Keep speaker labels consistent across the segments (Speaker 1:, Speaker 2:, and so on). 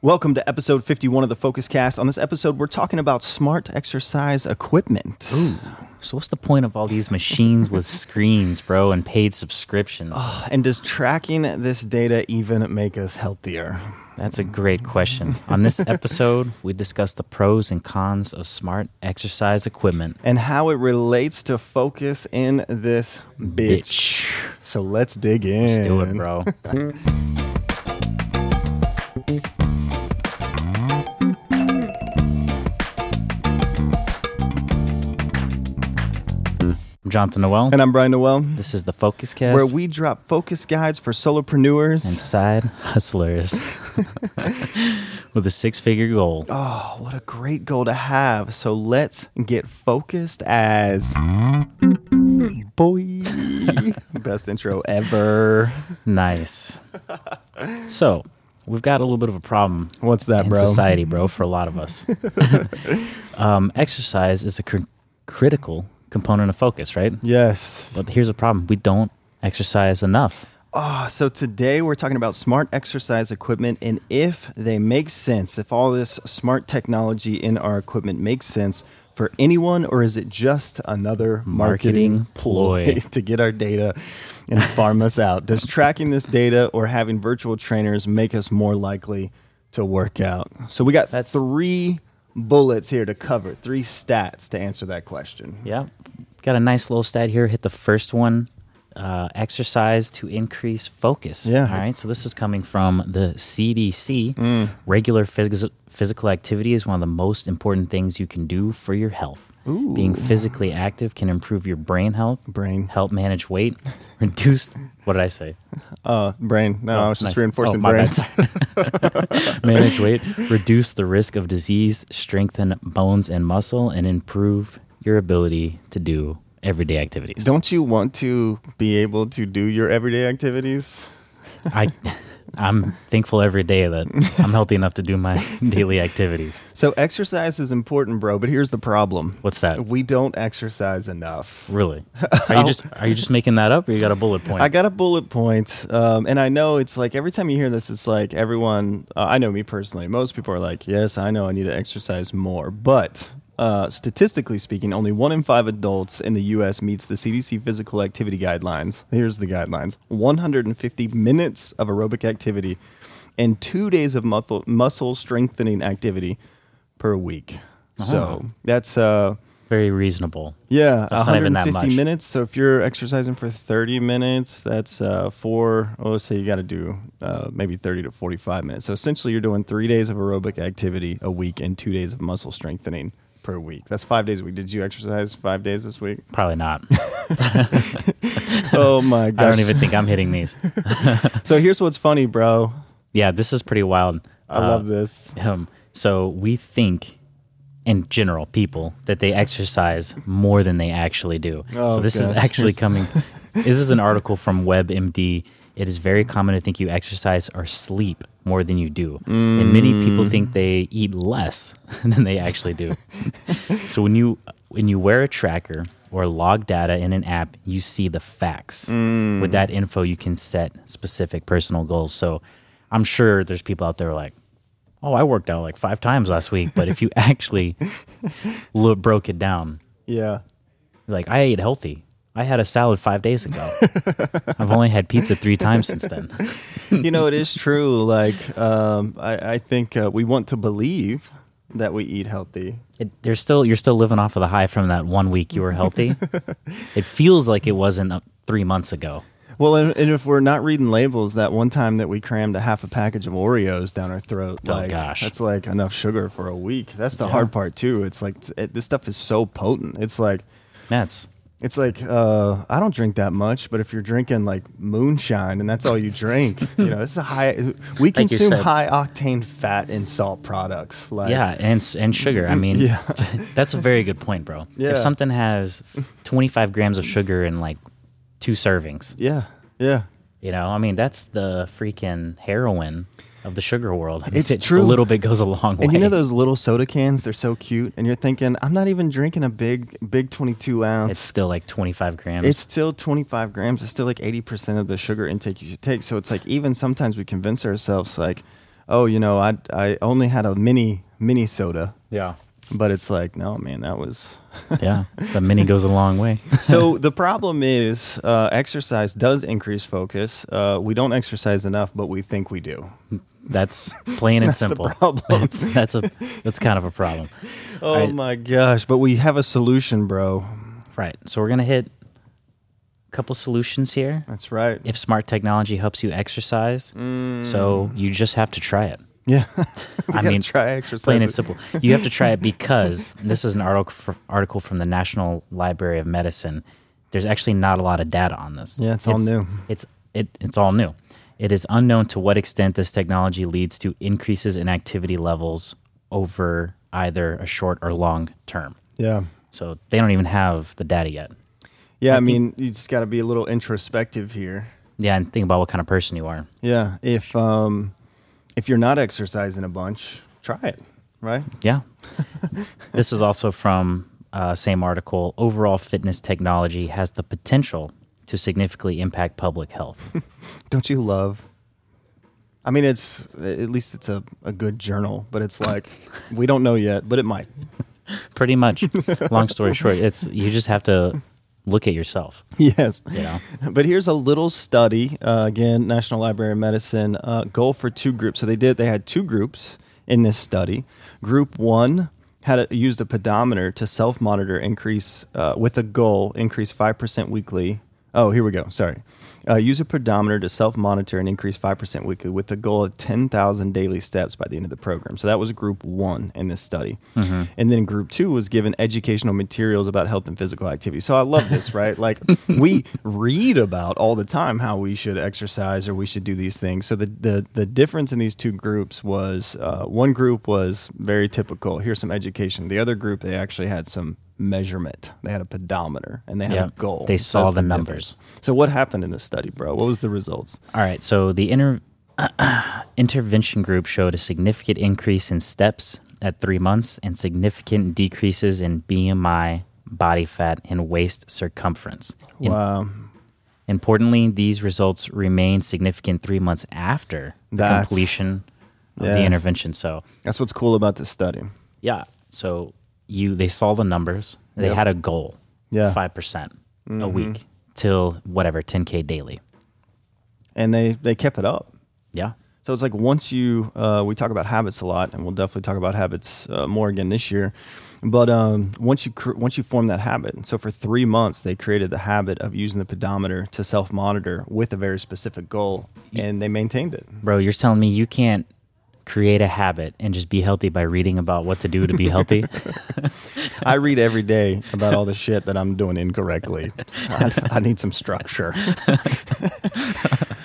Speaker 1: Welcome to episode 51 of the Focus Cast. On this episode, we're talking about smart exercise equipment.
Speaker 2: So what's the point of all these machines with screens, bro, and paid subscriptions?
Speaker 1: And does tracking this data even make us healthier?
Speaker 2: That's a great question. On this episode, we discuss the pros and cons of smart exercise equipment.
Speaker 1: And how it relates to focus in this bitch.
Speaker 2: Bitch.
Speaker 1: So let's dig in.
Speaker 2: Let's do it, bro. I'm Jonathan Noel.
Speaker 1: And I'm Brian Noel,
Speaker 2: This is the Focus Cast.
Speaker 1: where we drop focus guides for solopreneurs.
Speaker 2: and side hustlers with a six figure goal.
Speaker 1: Oh, what a great goal to have. So let's get focused as
Speaker 2: Mm-hmm.
Speaker 1: boy. Best intro ever.
Speaker 2: Nice. So, we've got a little bit of a problem
Speaker 1: What's that,
Speaker 2: in
Speaker 1: bro?
Speaker 2: society, bro, for a lot of us. um, exercise is a cr- critical component of focus, right?
Speaker 1: Yes.
Speaker 2: But here's a problem we don't exercise enough.
Speaker 1: Oh, so today we're talking about smart exercise equipment and if they make sense, if all this smart technology in our equipment makes sense for anyone, or is it just another marketing,
Speaker 2: Marketing ploy.
Speaker 1: to get our data and farm us out? Does tracking this data or having virtual trainers make us more likely to work out? So we got
Speaker 2: That's-
Speaker 1: three bullets here to cover, three stats to answer that question.
Speaker 2: Yeah. Got a nice little stat here. Hit the first one. Uh, exercise to increase focus.
Speaker 1: Yeah.
Speaker 2: All right. So this is coming from the CDC.
Speaker 1: Mm.
Speaker 2: Regular phys- physical activity is one of the most important things you can do for your health. Being physically active can improve your brain health,
Speaker 1: Brain.
Speaker 2: help manage weight, reduce. What did I say?
Speaker 1: Uh, brain. No, I was just
Speaker 2: Nice.
Speaker 1: reinforcing
Speaker 2: Oh, my
Speaker 1: brain.
Speaker 2: bad, sorry. manage weight, reduce the risk of disease, strengthen bones and muscle, and improve your ability to do everyday activities.
Speaker 1: Don't you want to be able to do your everyday activities?
Speaker 2: I, I'm thankful every day that I'm healthy enough to do my daily activities.
Speaker 1: So exercise is important, bro, but here's the problem.
Speaker 2: What's that?
Speaker 1: We don't exercise enough.
Speaker 2: Really? Are you just are you just making that up, or you got a bullet point?
Speaker 1: I got a bullet point, um, and I know it's like every time you hear this, it's like everyone. Uh, I know me personally. Most people are like, "Yes, I know I need to exercise more," but uh, statistically speaking, only one in five adults in the U.S. meets the CDC physical activity guidelines. Here's the guidelines: 150 minutes of aerobic activity and two days of muscle muscle strengthening activity per week. So that's uh,
Speaker 2: Very reasonable.
Speaker 1: yeah,
Speaker 2: That's not
Speaker 1: 150
Speaker 2: even that much.
Speaker 1: minutes. So if you're exercising for 30 minutes, that's uh, four. Oh, let's say you got to do uh, maybe 30 to 45 minutes. So essentially, you're doing three days of aerobic activity a week and two days of muscle strengthening per week. That's five days a week. Did you exercise five days this week?
Speaker 2: Probably not.
Speaker 1: Oh my
Speaker 2: I
Speaker 1: gosh!
Speaker 2: don't even think I'm hitting these.
Speaker 1: so here's what's funny, bro.
Speaker 2: Yeah, this is pretty wild.
Speaker 1: I love this.
Speaker 2: Um, so we think, in general, people that they exercise more than they actually do.
Speaker 1: Oh,
Speaker 2: so this is
Speaker 1: gosh.
Speaker 2: actually coming. this is an article from WebMD. It is very common to think you exercise or sleep more than you do, and many people
Speaker 1: Mm.
Speaker 2: think they eat less than they actually do. so when you when you wear a tracker or log data in an app, you see the facts.
Speaker 1: Mm.
Speaker 2: With that info, you can set specific personal goals. So I'm sure there's people out there like, oh, I worked out like five times last week. But if you actually lo- broke it down,
Speaker 1: Yeah.
Speaker 2: like I ate healthy. I had a salad five days ago. I've only had pizza three times since then.
Speaker 1: you know, it is true. Like, um, I, I think uh, we want to believe that we eat healthy.
Speaker 2: It, there's still you're still living off of the high from that one week you were healthy. it feels like it wasn't uh, three months ago.
Speaker 1: Well, and, and if we're not reading labels, that one time that we crammed a half a package of Oreos down our throat,
Speaker 2: Oh,
Speaker 1: like
Speaker 2: gosh.
Speaker 1: that's like enough sugar for a week. That's the hard part too. It's like t- it, this stuff is so potent. It's like
Speaker 2: That's
Speaker 1: it's like uh, I don't drink that much, but if you're drinking like moonshine and that's all you drink, you know, it's a high. We
Speaker 2: Like you
Speaker 1: consume
Speaker 2: said.
Speaker 1: high octane fat and salt products. Like
Speaker 2: yeah, and s- and sugar. I mean,
Speaker 1: Yeah.
Speaker 2: that's a very good point, bro.
Speaker 1: Yeah.
Speaker 2: If something has 25 grams of sugar in like two servings,
Speaker 1: yeah, yeah.
Speaker 2: You know, I mean, that's the freaking heroin of the sugar world. I mean,
Speaker 1: It's
Speaker 2: just
Speaker 1: true.
Speaker 2: A little bit goes a long way.
Speaker 1: And you know those little soda cans? They're so cute, and you're thinking, I'm not even drinking a big, big 22 ounce.
Speaker 2: it's still like 25 grams.
Speaker 1: It's still 25 grams. It's still like 80% of the sugar intake you should take. So it's like even sometimes we convince ourselves like, oh, you know, I I only had a mini mini soda,
Speaker 3: Yeah.
Speaker 1: but it's like, no, man, that was
Speaker 2: Yeah, the mini goes a long way.
Speaker 1: so the problem is uh, exercise does increase focus. Uh, we don't exercise enough, but we think we do.
Speaker 2: That's plain and simple.
Speaker 1: problem.
Speaker 2: That's, that's a that's kind of a problem.
Speaker 1: Oh
Speaker 2: Right.
Speaker 1: my gosh! But we have a solution, bro.
Speaker 2: Right. So we're gonna hit a couple solutions here.
Speaker 1: That's right.
Speaker 2: If smart technology helps you exercise, so you just have to try it.
Speaker 1: Yeah.
Speaker 2: I
Speaker 1: gotta
Speaker 2: mean,
Speaker 1: try exercise.
Speaker 2: Plain and simple. You have to try it because this is an article article from the National Library of Medicine. There's actually not a lot of data on this.
Speaker 1: Yeah, it's all new.
Speaker 2: It's it, it's all new. It is unknown to what extent this technology leads to increases in activity levels over either a short or long term.
Speaker 1: yeah.
Speaker 2: So they don't even have the data yet.
Speaker 1: Yeah. I, mean, you just got to be a little introspective here.
Speaker 2: Yeah, and think about what kind of person you are.
Speaker 1: Yeah. If um, if you're not exercising a bunch, try it. Right.
Speaker 2: Yeah. this is also from uh, same article. Overall fitness technology has the potential to significantly impact public health.
Speaker 1: Don't you love? I mean, it's at least it's a, a good journal, but it's like we don't know yet, but it might.
Speaker 2: Pretty much. Long story short, it's you just have to look at yourself.
Speaker 1: Yes.
Speaker 2: You know.
Speaker 1: But here's a little study. Uh, again, National Library of Medicine uh, goal for two groups. So they did. They had two groups in this study. Group one had a, used a pedometer to self-monitor increase uh, with a goal increase five percent weekly. Oh, here we go. Sorry. Uh, use a pedometer to self-monitor and increase five percent weekly with the goal of ten thousand daily steps by the end of the program. So that was group one in this study,
Speaker 2: Mm-hmm.
Speaker 1: and then group two was given educational materials about health and physical activity. So I love this, right? Like we read about all the time how we should exercise or we should do these things. So the the, the difference in these two groups was uh, one group was very typical. Here's some education. The other group they actually had some measurement. They had a pedometer and they had
Speaker 2: Yeah.
Speaker 1: a goal.
Speaker 2: They
Speaker 1: So
Speaker 2: saw
Speaker 1: that's
Speaker 2: the
Speaker 1: difference.
Speaker 2: numbers.
Speaker 1: So what happened in this study, bro? What was the results?
Speaker 2: All right, so the inter- intervention group showed a significant increase in steps at three months and significant decreases in BMI, body fat, and waist circumference. In-
Speaker 1: Wow.
Speaker 2: Importantly, these results remain significant three months after the
Speaker 1: That's-
Speaker 2: completion of the
Speaker 1: Yes.
Speaker 2: intervention. So,
Speaker 1: That's what's cool about this study.
Speaker 2: yeah, so you they saw the numbers. They
Speaker 1: Yep.
Speaker 2: had a goal,
Speaker 1: Yeah. Mm-hmm.
Speaker 2: five percent a week till whatever ten k daily.
Speaker 1: And they, they kept it up.
Speaker 2: Yeah,
Speaker 1: So it's like once you, uh, we talk about habits a lot, and we'll definitely talk about habits uh, more again this year. But um, once you cr- once you form that habit, so for three months they created the habit of using the pedometer to self monitor with a very specific goal, and they maintained it.
Speaker 2: bro, you're telling me you can't create a habit and just be healthy by reading about what to do to be healthy.
Speaker 1: I read every day about all the shit that I'm doing incorrectly. I, I need some structure.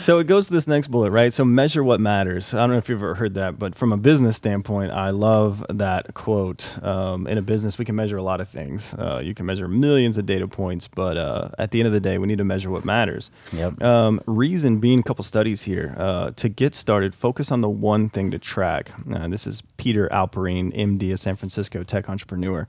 Speaker 1: so it goes to this next bullet, right? So measure what matters. I don't know if you've ever heard that, but from a business standpoint, I love that quote. Um, in a business, we can measure a lot of things. Uh, you can measure millions of data points, but uh, at the end of the day, we need to measure what matters.
Speaker 2: Yep.
Speaker 1: Um, reason being, a couple studies here. Uh, to get started, focus on the one thing to track. Uh, this is Peter Alperine, MD, a San Francisco tech entrepreneur.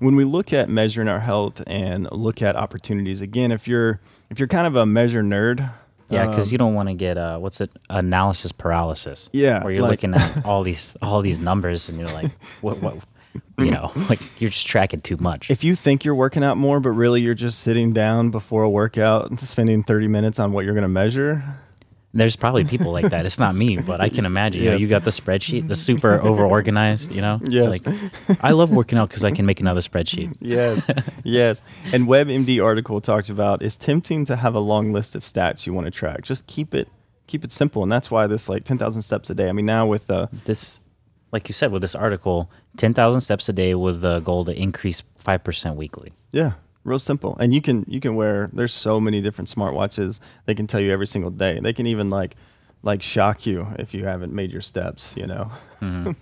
Speaker 1: When we look at measuring our health and look at opportunities, again, if you're if you're kind of a measure nerd,
Speaker 2: Yeah, because
Speaker 1: um,
Speaker 2: you don't want to get uh, what's it analysis paralysis.
Speaker 1: Yeah,
Speaker 2: where you're
Speaker 1: like-
Speaker 2: looking at all these all these numbers and you're like, what, what, you know, like you're just tracking too much.
Speaker 1: if you think you're working out more, but really you're just sitting down before a workout, and spending 30 minutes on what you're going to measure,
Speaker 2: There's probably people like that. It's not me, but I can imagine. You, know,
Speaker 1: Yes.
Speaker 2: you got the spreadsheet, the super over organized. You know,
Speaker 1: Yes.
Speaker 2: Like, I love working out because I can make another spreadsheet.
Speaker 1: yes, yes. And WebMD article talked about it's tempting to have a long list of stats you want to track. Just keep it keep it simple, and that's why this like ten thousand steps a day. I mean, now with uh,
Speaker 2: This, like you said, with this article, ten thousand steps a day with the goal to increase five percent weekly.
Speaker 1: yeah, real simple, and you can you can wear. There's so many different smartwatches. They can tell you every single day. They can even like like shock you if you haven't made your steps. You know.
Speaker 2: Mm-hmm.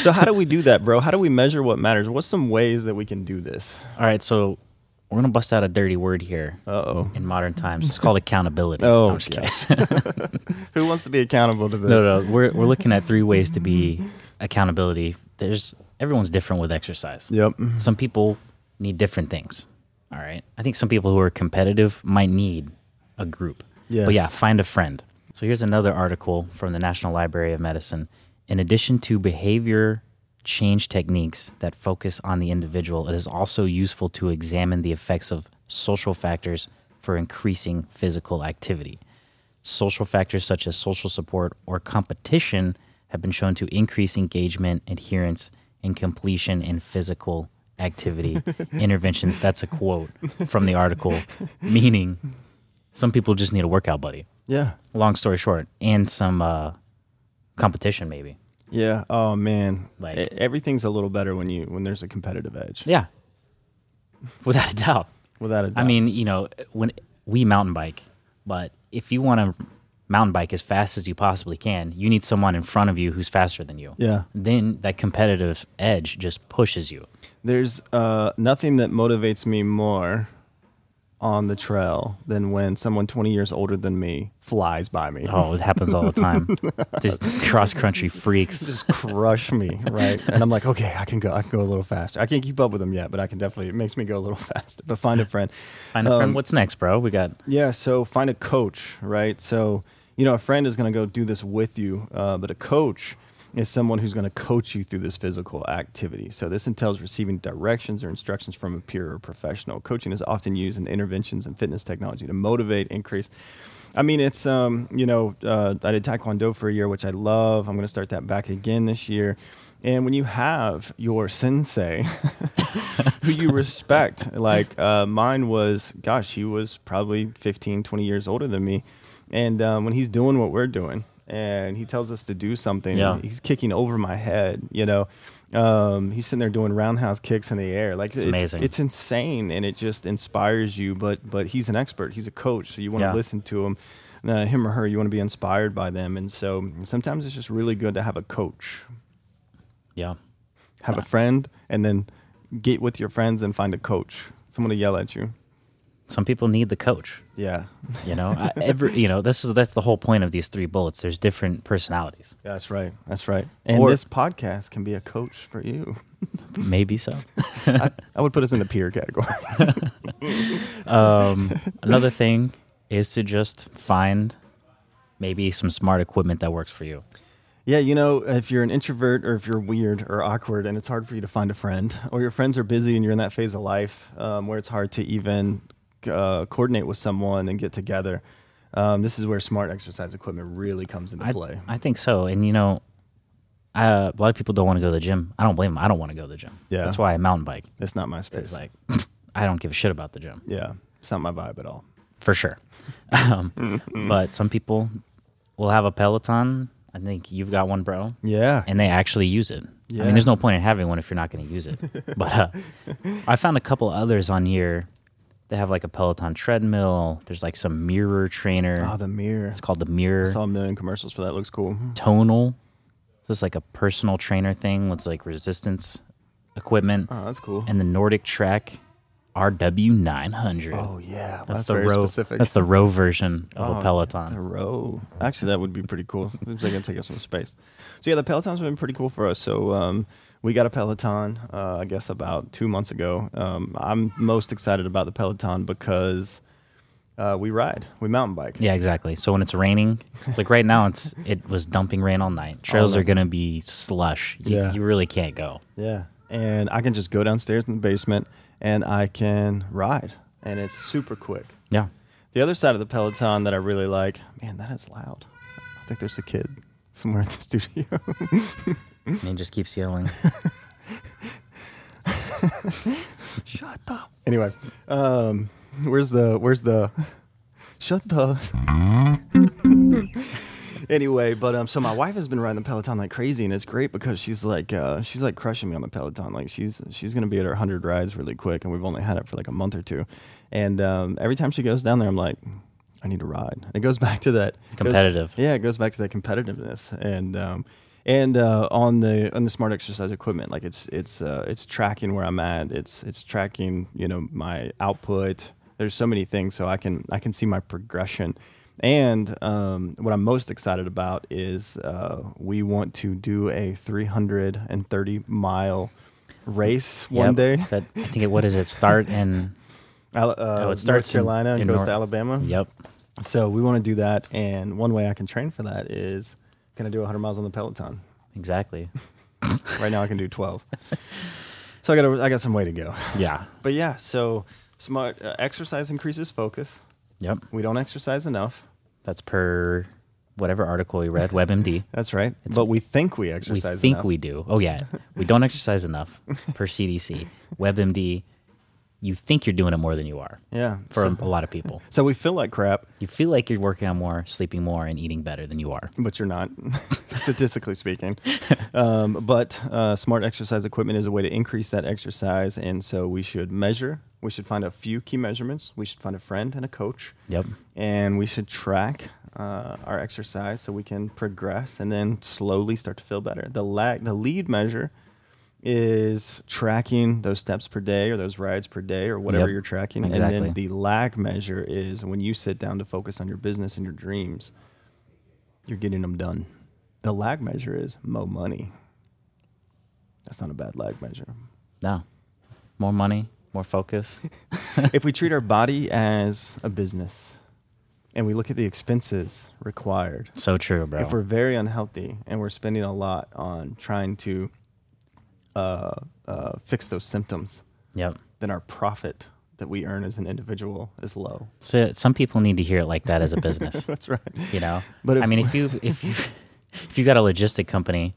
Speaker 1: so how do we do that, bro? How do we measure what matters? What's some ways that we can do this?
Speaker 2: All right, so we're gonna bust out a dirty word here.
Speaker 1: Uh oh.
Speaker 2: in modern times. It's called accountability.
Speaker 1: Oh,
Speaker 2: I'm just kidding.
Speaker 1: Who wants to be accountable to this?
Speaker 2: no, no. We're we're looking at three ways to be accountability. There's everyone's different with exercise.
Speaker 1: Yep.
Speaker 2: Some people need different things. All right. I think some people who are competitive might need a group.
Speaker 1: Yes.
Speaker 2: But yeah, find a friend. So here's another article from the National Library of Medicine. In addition to behavior change techniques that focus on the individual, it is also useful to examine the effects of social factors for increasing physical activity. Social factors such as social support or competition have been shown to increase engagement, adherence, and completion in physical activity interventions. That's a quote from the article, meaning some people just need a workout buddy
Speaker 1: Yeah.
Speaker 2: long story short, and some uh, competition maybe.
Speaker 1: Yeah. Oh man.
Speaker 2: Like-
Speaker 1: E- everything's a little better when you when there's a competitive edge.
Speaker 2: Yeah, without a doubt.
Speaker 1: Without a doubt.
Speaker 2: I mean, you know, when we mountain bike, but if you want to mountain bike as fast as you possibly can, you need someone in front of you who's faster than you.
Speaker 1: Yeah.
Speaker 2: Then that competitive edge just pushes you.
Speaker 1: There's uh, nothing that motivates me more on the trail than when someone 20 years older than me flies by me.
Speaker 2: Oh, it happens all the time. Just cross country freaks.
Speaker 1: Just crush me, right? And I'm like, okay, I can go. I can go a little faster. I can't keep up with them yet, but I can definitely. It makes me go a little faster. But find a friend.
Speaker 2: Find a friend. What's next, bro? We got
Speaker 1: Yeah, so find a coach, right? So, you know, a friend is going to go do this with you, uh, but a coach is someone who's going to coach you through this physical activity. So, this entails receiving directions or instructions from a peer or professional. Coaching is often used in interventions and fitness technology to motivate, increase. I mean, it's, um, you know, uh, I did Taekwondo for a year, which I love. I'm going to start that back again this year. And when you have your sensei, who you respect. Like uh, mine was, gosh, he was probably 15, 20 years older than me. And um, when he's doing what we're doing and he tells us to do something,
Speaker 2: Yeah.
Speaker 1: he's kicking over my head, you know. Um, he's sitting there doing roundhouse kicks in the air. Like it's,
Speaker 2: amazing.
Speaker 1: it's insane and it just inspires you. But but he's an expert. He's a coach, so you want to
Speaker 2: Yeah.
Speaker 1: listen to him. Uh, him or her, you want to be inspired by them, and so sometimes it's just really good to have a coach
Speaker 2: yeah.
Speaker 1: have a friend and then get with your friends and find a coach someone to yell at you
Speaker 2: Some people need the coach.
Speaker 1: yeah
Speaker 2: You know, I, every you know this is that's the whole point of these three bullets. There's different personalities.
Speaker 1: that's right that's right and
Speaker 2: Or-
Speaker 1: this podcast can be a coach for you
Speaker 2: Maybe so.
Speaker 1: I, I would put us in the peer category
Speaker 2: Um, another thing is to just find maybe some smart equipment that works for you.
Speaker 1: yeah you know if you're an introvert or if you're weird or awkward and it's hard for you to find a friend or your friends are busy and you're in that phase of life um, where it's hard to even uh, coordinate with someone and get together um, this is where smart exercise equipment really comes into
Speaker 2: I,
Speaker 1: play
Speaker 2: I think so. And you know, uh, a lot of people don't want to go to the gym. I don't blame them. I don't want to go to the gym.
Speaker 1: Yeah.
Speaker 2: That's why I mountain bike.
Speaker 1: it's not my space
Speaker 2: It's like I don't give a shit about the gym
Speaker 1: yeah it's not my vibe at all
Speaker 2: for sure. Um, but some people will have a Peloton. I think you've got one, bro.
Speaker 1: yeah
Speaker 2: and they actually use it. I
Speaker 1: Yeah.
Speaker 2: mean, there's no point in having one if you're not going to use it. but uh, I found a couple others on here. They have like a Peloton treadmill. There's like some mirror trainer.
Speaker 1: oh the mirror
Speaker 2: it's called the Mirror
Speaker 1: saw a million commercials for that. Looks cool.
Speaker 2: Tonal. So it's like a personal trainer thing with like resistance equipment
Speaker 1: Oh, that's cool.
Speaker 2: and the Nordic Track RW900.
Speaker 1: oh yeah, well,
Speaker 2: that's,
Speaker 1: that's,
Speaker 2: the
Speaker 1: very
Speaker 2: row.
Speaker 1: specific. Oh,
Speaker 2: That's the row version of a Peloton.
Speaker 1: the row. Actually, that would be pretty cool. Seems like it's take up some space. So yeah, the Peloton's been pretty cool for us. So um, we got a Peloton, uh, I guess about two months ago. Um, I'm most excited about the Peloton because uh, we ride, we mountain bike.
Speaker 2: Yeah, exactly. So when it's raining, like right now, it's it was dumping rain all night. Trails are gonna be slush. You,
Speaker 1: Yeah.
Speaker 2: you really can't go.
Speaker 1: Yeah. And I can just go downstairs in the basement and I can ride, and it's super quick.
Speaker 2: Yeah,
Speaker 1: The other side of the Peloton that I really like, man, that is loud. I think there's a kid somewhere at the studio.
Speaker 2: and it just keeps yelling.
Speaker 1: Shut the. Anyway, um, where's the where's the? Shut the. anyway, but um, so my wife has been riding the Peloton like crazy, and it's great because she's like uh, she's like crushing me on the Peloton. Like she's she's gonna be at her hundred rides really quick, and we've only had it for like a month or two, and um, every time she goes down there, I'm like. I need to ride. And it goes back to that goes-
Speaker 2: Competitive.
Speaker 1: yeah, it goes back to that competitiveness and um, and uh, on the on the smart exercise equipment, like it's it's uh, it's tracking where I'm at. It's it's tracking you know my output. There's so many things, so I can I can see my progression. And um, what I'm most excited about is uh, we want to do a 330 mile race one
Speaker 2: Yep.
Speaker 1: day.
Speaker 2: That I think it. What is it? Start in.
Speaker 1: Al- uh,
Speaker 2: it
Speaker 1: North
Speaker 2: starts in-
Speaker 1: Carolina and
Speaker 2: in
Speaker 1: goes
Speaker 2: Nor-
Speaker 1: to Alabama.
Speaker 2: Yep.
Speaker 1: So we want to do that, and one way I can train for that is can I do 100 miles on the Peloton?
Speaker 2: Exactly.
Speaker 1: Right now I can do 12. so I got I got some way to go.
Speaker 2: Yeah.
Speaker 1: But yeah, so smart uh, exercise increases focus.
Speaker 2: Yep.
Speaker 1: We don't exercise enough.
Speaker 2: That's per whatever article you read, WebMD.
Speaker 1: That's right. but we think we
Speaker 2: we
Speaker 1: exercise.
Speaker 2: think
Speaker 1: enough.
Speaker 2: we do. Oh yeah, we don't exercise enough per CDC. WebMD, you think you're doing it more than you are
Speaker 1: Yeah.
Speaker 2: for
Speaker 1: so,
Speaker 2: a lot of people.
Speaker 1: so we feel like crap,
Speaker 2: You feel like you're working on more, sleeping more, and eating better than you are.
Speaker 1: but you're not, statistically speaking. Um, but uh, smart exercise equipment is a way to increase that exercise, and so we should measure. We should find a few key measurements. We should find a friend and a coach.
Speaker 2: Yep.
Speaker 1: and we should track uh, our exercise so we can progress and then slowly start to feel better. The lag, the lead measure is tracking those steps per day or those rides per day or whatever
Speaker 2: Yep,
Speaker 1: you're tracking. And
Speaker 2: exactly.
Speaker 1: then the lag measure is when you sit down to focus on your business and your dreams, you're getting them done. The lag measure is mo money. That's not a bad lag measure.
Speaker 2: No, more money, more focus.
Speaker 1: if we treat our body as a business and we look at the expenses required
Speaker 2: So true, bro.
Speaker 1: if we're very unhealthy and we're spending a lot on trying to uh, uh, fix those symptoms,
Speaker 2: yep.
Speaker 1: then our profit that we earn as an individual is low.
Speaker 2: So some people need to hear it like that as a business.
Speaker 1: That's right.
Speaker 2: you know.
Speaker 1: But if-
Speaker 2: I mean, if you if you if you got a logistic company,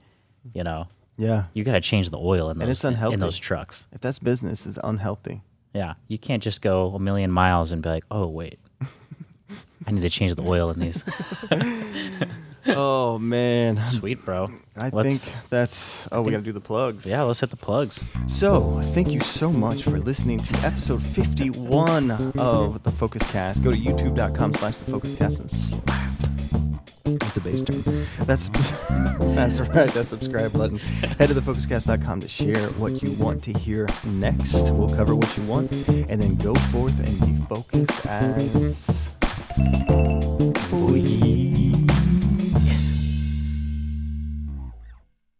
Speaker 2: you know,
Speaker 1: Yeah.
Speaker 2: you got to change the oil in those
Speaker 1: it's unhealthy.
Speaker 2: in those trucks.
Speaker 1: If that's business is unhealthy,
Speaker 2: Yeah, you can't just go a million miles and be like, oh wait, I need to change the oil in these.
Speaker 1: oh man,
Speaker 2: Sweet, bro.
Speaker 1: I
Speaker 2: Let's-
Speaker 1: think that's. Oh, we got to do the plugs.
Speaker 2: Yeah, let's hit the plugs.
Speaker 1: So, thank you so much for listening to episode 51 of The Focus Cast. Go to youtube.com slash The Focus Cast and slap. That's a bass term. That's, that's right, that subscribe button. Head to thefocuscast.com to share what you want to hear next. We'll cover what you want and then go forth and be focused as.
Speaker 2: Boy.